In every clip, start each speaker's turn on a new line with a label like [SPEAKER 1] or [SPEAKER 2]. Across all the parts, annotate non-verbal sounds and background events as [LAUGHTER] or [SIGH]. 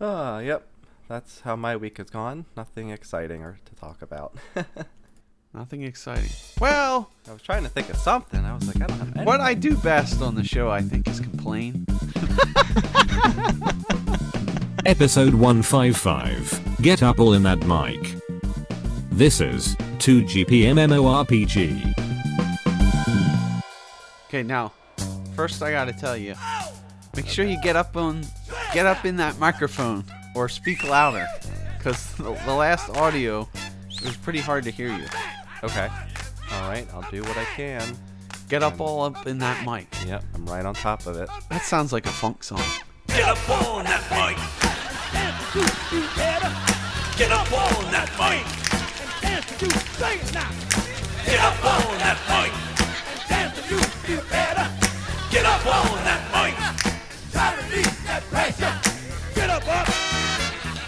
[SPEAKER 1] Ah, yep. That's how my week has gone. Nothing exciting or to talk about. [LAUGHS]
[SPEAKER 2] Nothing exciting. Well,
[SPEAKER 1] I was trying to think of something. I was like, I don't have any.
[SPEAKER 2] what I do best on the show, I think, is complain.
[SPEAKER 3] Episode 155 Get Up All in That Mic. This is 2GPMMORPG.
[SPEAKER 2] Okay, now, first I gotta tell you, make sure you get up on, get up in that microphone or speak louder, because the, the last audio it was pretty hard to hear you.
[SPEAKER 1] Okay. All right. I'll do what I can.
[SPEAKER 2] Get up all up in that mic.
[SPEAKER 1] Yep. I'm right on top of it.
[SPEAKER 2] That sounds like a funk song.
[SPEAKER 4] Get up on that mic. Get up on that mic. Get up on that mic. Get up on that mic. Get up on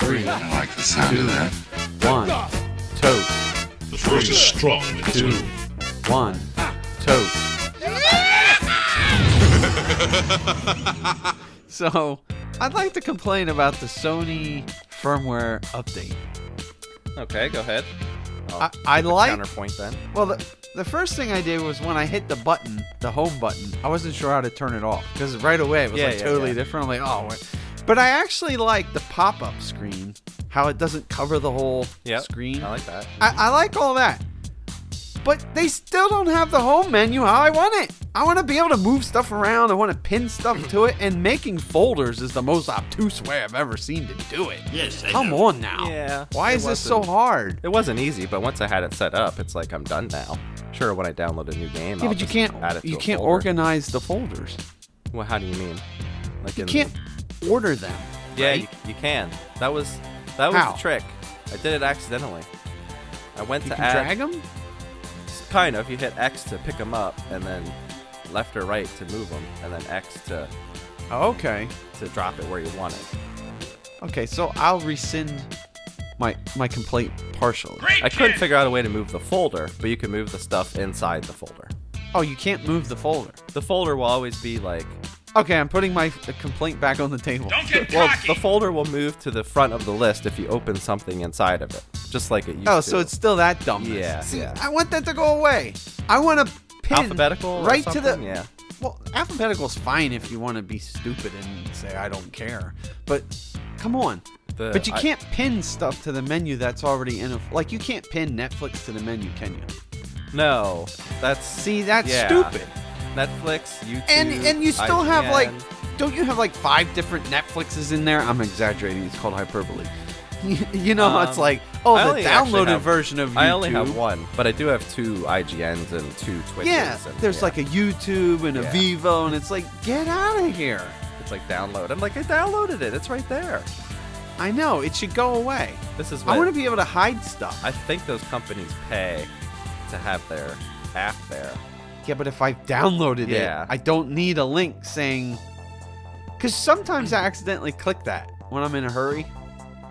[SPEAKER 2] Three,
[SPEAKER 5] I like the sound of that.
[SPEAKER 2] one, toe,
[SPEAKER 6] The first is strong, the two.
[SPEAKER 2] one, toe. [LAUGHS] so, I'd like to complain about the Sony firmware update.
[SPEAKER 1] Okay. Go ahead. I'll
[SPEAKER 2] I, I
[SPEAKER 1] do a
[SPEAKER 2] like
[SPEAKER 1] counterpoint then.
[SPEAKER 2] Well, the, the first thing I did was when I hit the button, the home button, I wasn't sure how to turn it off because right away it was
[SPEAKER 1] Yeah,
[SPEAKER 2] like
[SPEAKER 1] yeah,
[SPEAKER 2] totally
[SPEAKER 1] yeah.
[SPEAKER 2] different. I'm like, oh, wait. but I actually like the pop up screen, how it doesn't cover the whole
[SPEAKER 1] Yep.
[SPEAKER 2] screen.
[SPEAKER 1] I like that.
[SPEAKER 2] I, I like all that. But they still don't have the home menu how I want it. I want to be able to move stuff around. I want to pin stuff to it. And making folders is the most obtuse way I've ever seen to do it. Yes, Come on now.
[SPEAKER 1] Yeah,
[SPEAKER 2] Why
[SPEAKER 1] it
[SPEAKER 2] is this so
[SPEAKER 1] wasn't-
[SPEAKER 2] hard?
[SPEAKER 1] It wasn't easy, but once I had it set up, it's like I'm done now. Sure, when I download a new game,
[SPEAKER 2] Yeah,
[SPEAKER 1] I'll
[SPEAKER 2] but you
[SPEAKER 1] just add it
[SPEAKER 2] can't
[SPEAKER 1] to
[SPEAKER 2] you
[SPEAKER 1] a
[SPEAKER 2] can't
[SPEAKER 1] folder.
[SPEAKER 2] organize the folders.
[SPEAKER 1] Well, how do you mean? Like
[SPEAKER 2] You
[SPEAKER 1] in-
[SPEAKER 2] can't order them.
[SPEAKER 1] Yeah,
[SPEAKER 2] right?
[SPEAKER 1] you, you can. That was that was
[SPEAKER 2] How?
[SPEAKER 1] the trick. I did it accidentally. I went
[SPEAKER 2] You
[SPEAKER 1] to
[SPEAKER 2] can
[SPEAKER 1] add
[SPEAKER 2] drag them.
[SPEAKER 1] kind of. You hit X to pick them up, and then left or right to move them, and then X to
[SPEAKER 2] Okay.
[SPEAKER 1] to drop it where you want it.
[SPEAKER 2] Okay, so I'll rescind my my complaint partially.
[SPEAKER 1] I couldn't figure out a way to move the folder, but you can move the stuff inside the folder.
[SPEAKER 2] Oh, you can't move the folder.
[SPEAKER 1] The folder will always be like
[SPEAKER 2] Okay, I'm putting my uh, complaint back on the table.
[SPEAKER 1] well, the folder will move to the front of the list if you open something inside of it, just like it used to.
[SPEAKER 2] Oh, so it's still that dumb.
[SPEAKER 1] Yeah,
[SPEAKER 2] See,
[SPEAKER 1] yeah.
[SPEAKER 2] I want that to go away. I want to pin
[SPEAKER 1] alphabetical, or
[SPEAKER 2] right to the.
[SPEAKER 1] something? yeah.
[SPEAKER 2] Well, alphabetical's fine if you want to be stupid and say I don't care, but come on.
[SPEAKER 1] The-
[SPEAKER 2] but you
[SPEAKER 1] I-
[SPEAKER 2] can't pin stuff to the menu that's already in a like you can't pin Netflix to the menu, can you?
[SPEAKER 1] No, that's
[SPEAKER 2] See, that's
[SPEAKER 1] yeah.
[SPEAKER 2] stupid.
[SPEAKER 1] Netflix, YouTube,
[SPEAKER 2] And and you still have like
[SPEAKER 1] IGN.
[SPEAKER 2] don't you have like five different Netflixes in there? I'm exaggerating. It's called hyperbole. [LAUGHS] you know, it's
[SPEAKER 1] Um,
[SPEAKER 2] like oh,
[SPEAKER 1] I
[SPEAKER 2] the
[SPEAKER 1] only actually
[SPEAKER 2] downloaded
[SPEAKER 1] have-
[SPEAKER 2] version of YouTube.
[SPEAKER 1] I only have one, but I do have two IGNs and two Twitches.
[SPEAKER 2] Yeah,
[SPEAKER 1] and,
[SPEAKER 2] there's
[SPEAKER 1] yeah,
[SPEAKER 2] like a YouTube and a
[SPEAKER 1] Yeah.
[SPEAKER 2] Vivo, and it's like get out of here.
[SPEAKER 1] it's like download. I'm like I downloaded it. It's right there.
[SPEAKER 2] I know it should go away.
[SPEAKER 1] This is what
[SPEAKER 2] I want to be able to hide stuff.
[SPEAKER 1] I think those companies pay to have their app there.
[SPEAKER 2] Yeah, but if I've downloaded
[SPEAKER 1] Yeah.
[SPEAKER 2] it, I don't need a link saying. Because sometimes I accidentally click that when I'm in a hurry.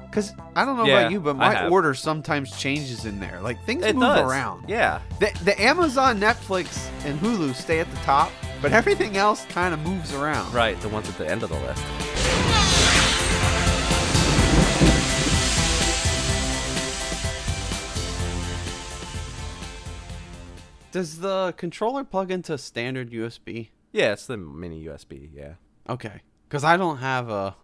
[SPEAKER 2] Because I don't know
[SPEAKER 1] Yeah,
[SPEAKER 2] about you, but
[SPEAKER 1] I
[SPEAKER 2] my
[SPEAKER 1] have.
[SPEAKER 2] order sometimes changes in there. Like things
[SPEAKER 1] It
[SPEAKER 2] move
[SPEAKER 1] does.
[SPEAKER 2] around.
[SPEAKER 1] Yeah.
[SPEAKER 2] The, the Amazon, Netflix, and Hulu stay at the top, but everything else kind of moves around.
[SPEAKER 1] Right, the ones at the end of the list.
[SPEAKER 2] Does the controller plug into standard USB?
[SPEAKER 1] Yeah, it's the mini USB. Yeah.
[SPEAKER 2] Okay. Because I don't have a.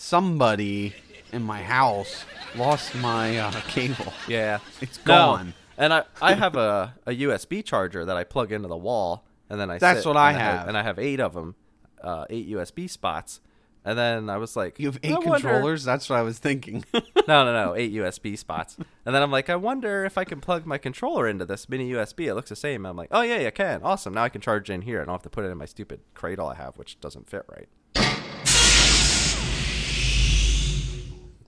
[SPEAKER 2] Somebody in my house lost my uh, cable.
[SPEAKER 1] Yeah.
[SPEAKER 2] It's
[SPEAKER 1] No,
[SPEAKER 2] gone.
[SPEAKER 1] And I, I have a, a USB charger that I plug into the wall, and then I
[SPEAKER 2] That's
[SPEAKER 1] sit,
[SPEAKER 2] what I
[SPEAKER 1] and
[SPEAKER 2] have.
[SPEAKER 1] and I have eight of them, uh, eight USB spots. And then I was like,
[SPEAKER 2] You have
[SPEAKER 1] I
[SPEAKER 2] eight
[SPEAKER 1] wonder-
[SPEAKER 2] controllers? That's what I was thinking. [LAUGHS]
[SPEAKER 1] No, no, no, eight USB spots. And then I'm like, I wonder if I can plug my controller into this mini USB. It looks the same. I'm like, oh yeah, you can. Awesome. Now I can charge it in here. I don't have to put it in my stupid cradle I have, which doesn't fit right. That's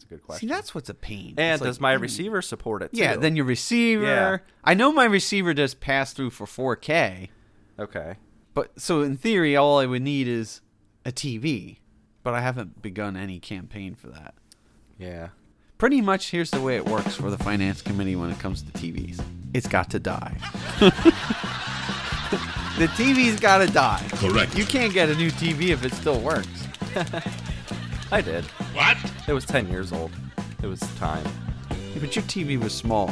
[SPEAKER 1] a good
[SPEAKER 2] See,
[SPEAKER 1] question.
[SPEAKER 2] that's what's a pain.
[SPEAKER 1] and
[SPEAKER 2] It's like, mm.
[SPEAKER 1] does my receiver support it?
[SPEAKER 2] yeah,
[SPEAKER 1] too?
[SPEAKER 2] then your receiver.
[SPEAKER 1] Yeah.
[SPEAKER 2] I know my receiver does pass through for 4K,
[SPEAKER 1] okay.
[SPEAKER 2] but so in theory, all I would need is a TV. But I haven't begun any campaign for that.
[SPEAKER 1] Yeah.
[SPEAKER 2] Pretty much, here's the way it works for the finance committee when it comes to TVs. It's got to die. [LAUGHS] the TV's got to die.
[SPEAKER 6] Correct.
[SPEAKER 2] You can't get a new TV if it still works.
[SPEAKER 1] I did.
[SPEAKER 6] What?
[SPEAKER 1] It was 10 years old. It was time.
[SPEAKER 2] But your TV was small.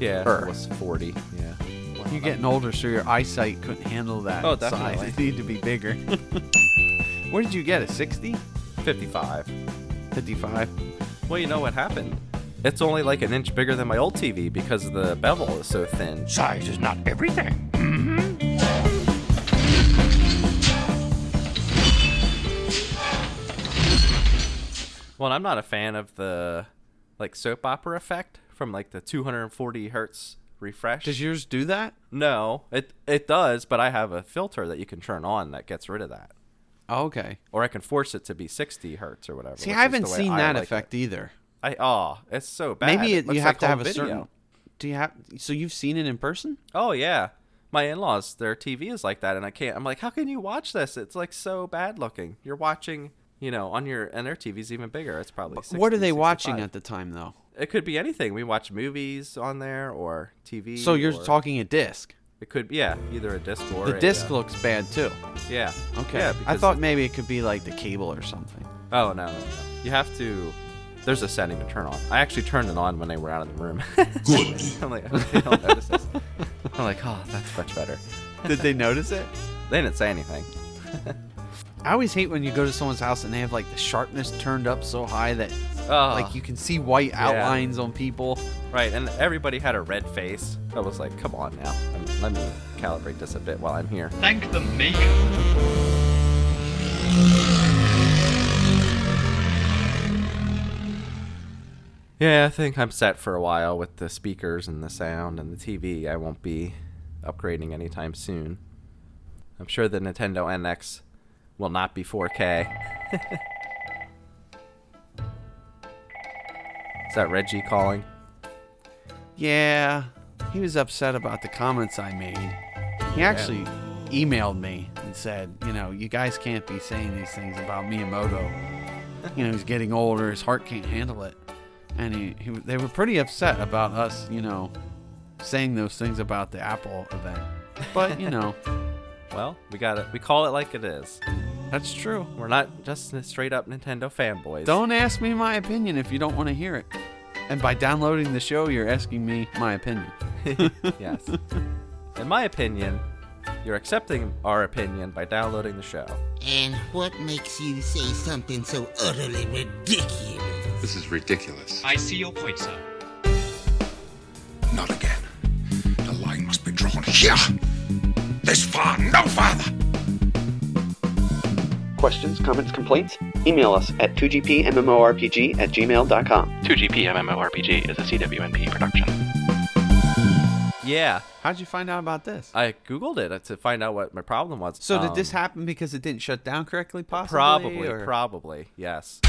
[SPEAKER 1] Yeah,
[SPEAKER 2] Er.
[SPEAKER 1] it was 40. Yeah.
[SPEAKER 2] You're getting older, so your eyesight couldn't handle that
[SPEAKER 1] Oh,
[SPEAKER 2] size.
[SPEAKER 1] definitely.
[SPEAKER 2] It needed to be [LAUGHS] bigger. what did you get? A 60?
[SPEAKER 1] 55.
[SPEAKER 2] 55?
[SPEAKER 1] Well, you know what happened? It's only like an inch bigger than my old TV because the bevel is so thin.
[SPEAKER 5] Size is not everything.
[SPEAKER 1] Well, and I'm not a fan of the like soap opera effect from like the 240 hertz refresh.
[SPEAKER 2] Does yours do that?
[SPEAKER 1] No, it it does, but I have a filter that you can turn on that gets rid of that,
[SPEAKER 2] Oh, okay.
[SPEAKER 1] or I can force it to be 60 hertz or whatever.
[SPEAKER 2] See,
[SPEAKER 1] which
[SPEAKER 2] I
[SPEAKER 1] is
[SPEAKER 2] haven't
[SPEAKER 1] the way
[SPEAKER 2] seen
[SPEAKER 1] I
[SPEAKER 2] that
[SPEAKER 1] like it.
[SPEAKER 2] effect either.
[SPEAKER 1] I oh, it's so bad.
[SPEAKER 2] Maybe
[SPEAKER 1] It
[SPEAKER 2] it,
[SPEAKER 1] looks
[SPEAKER 2] you
[SPEAKER 1] like
[SPEAKER 2] have to
[SPEAKER 1] home
[SPEAKER 2] have a
[SPEAKER 1] video.
[SPEAKER 2] certain. Do you have? So you've seen it in person?
[SPEAKER 1] Oh yeah. My in-laws, their TV is like that and I can't. I'm like, "How can you watch this? It's like so bad looking. You're watching, you know, on your and their TV's even bigger. It's probably 60,
[SPEAKER 2] what are they watching
[SPEAKER 1] 65.
[SPEAKER 2] at the time though?
[SPEAKER 1] It could be anything. We watch movies on there or TV.
[SPEAKER 2] So you're
[SPEAKER 1] or-
[SPEAKER 2] talking a disc.
[SPEAKER 1] It could yeah, either a disc or
[SPEAKER 2] The
[SPEAKER 1] a,
[SPEAKER 2] disc
[SPEAKER 1] uh,
[SPEAKER 2] looks bad too.
[SPEAKER 1] yeah.
[SPEAKER 2] Okay.
[SPEAKER 1] Yeah,
[SPEAKER 2] I
[SPEAKER 1] because
[SPEAKER 2] thought maybe it could be like the cable or something.
[SPEAKER 1] Oh no, you have to. There's a setting to turn on. I actually turned it on when they were out of the room. [LAUGHS]
[SPEAKER 6] Good.
[SPEAKER 1] I'm like, [LAUGHS] "Oh, they don't notice this. I'm like, oh, that's much better.
[SPEAKER 2] [LAUGHS] Did they notice it?
[SPEAKER 1] They didn't say anything.
[SPEAKER 2] I always hate when you go to someone's house and they have like the sharpness turned up so high that
[SPEAKER 1] Ugh.
[SPEAKER 2] like you can see white outlines on people.
[SPEAKER 1] Right, and everybody had a red face. I was like, come on now, I mean, let me calibrate this a bit while I'm here.
[SPEAKER 7] Thank the maker.
[SPEAKER 1] Yeah, I think I'm set for a while with the speakers and the sound and the TV. I won't be upgrading anytime soon. I'm sure the Nintendo NX will not be 4K. [LAUGHS] Is that Reggie calling?
[SPEAKER 2] Yeah. He was upset about the comments I made. He actually emailed me and said, you know, you guys can't be saying these things about Miyamoto. You know, he's getting older, his heart can't handle it. And he, he they were pretty upset about us, you know, saying those things about the Apple event. But, you know,
[SPEAKER 1] Well, we got it. We call it like it is.
[SPEAKER 2] that's true.
[SPEAKER 1] We're not just straight up Nintendo fanboys.
[SPEAKER 2] Don't ask me my opinion if you don't want to hear it. And by downloading the show, you're asking me my opinion.
[SPEAKER 1] yes. In my opinion, you're accepting our opinion by downloading the show.
[SPEAKER 8] And what makes you say something so utterly ridiculous?
[SPEAKER 9] This is ridiculous.
[SPEAKER 7] I see your point, sir.
[SPEAKER 6] Not again. The line must be drawn here. This far, no farther.
[SPEAKER 10] Questions, comments, complaints? Email us at 2gpmmorpg at gmail.com.
[SPEAKER 11] 2GP MMORPG is a CWNP production.
[SPEAKER 1] Yeah,
[SPEAKER 2] How'd you find out about this?
[SPEAKER 1] I googled it to find out what my problem was.
[SPEAKER 2] So did
[SPEAKER 1] Um,
[SPEAKER 2] this happen because it didn't shut down correctly? Possibly.
[SPEAKER 1] Probably,
[SPEAKER 2] or-
[SPEAKER 1] probably, yes.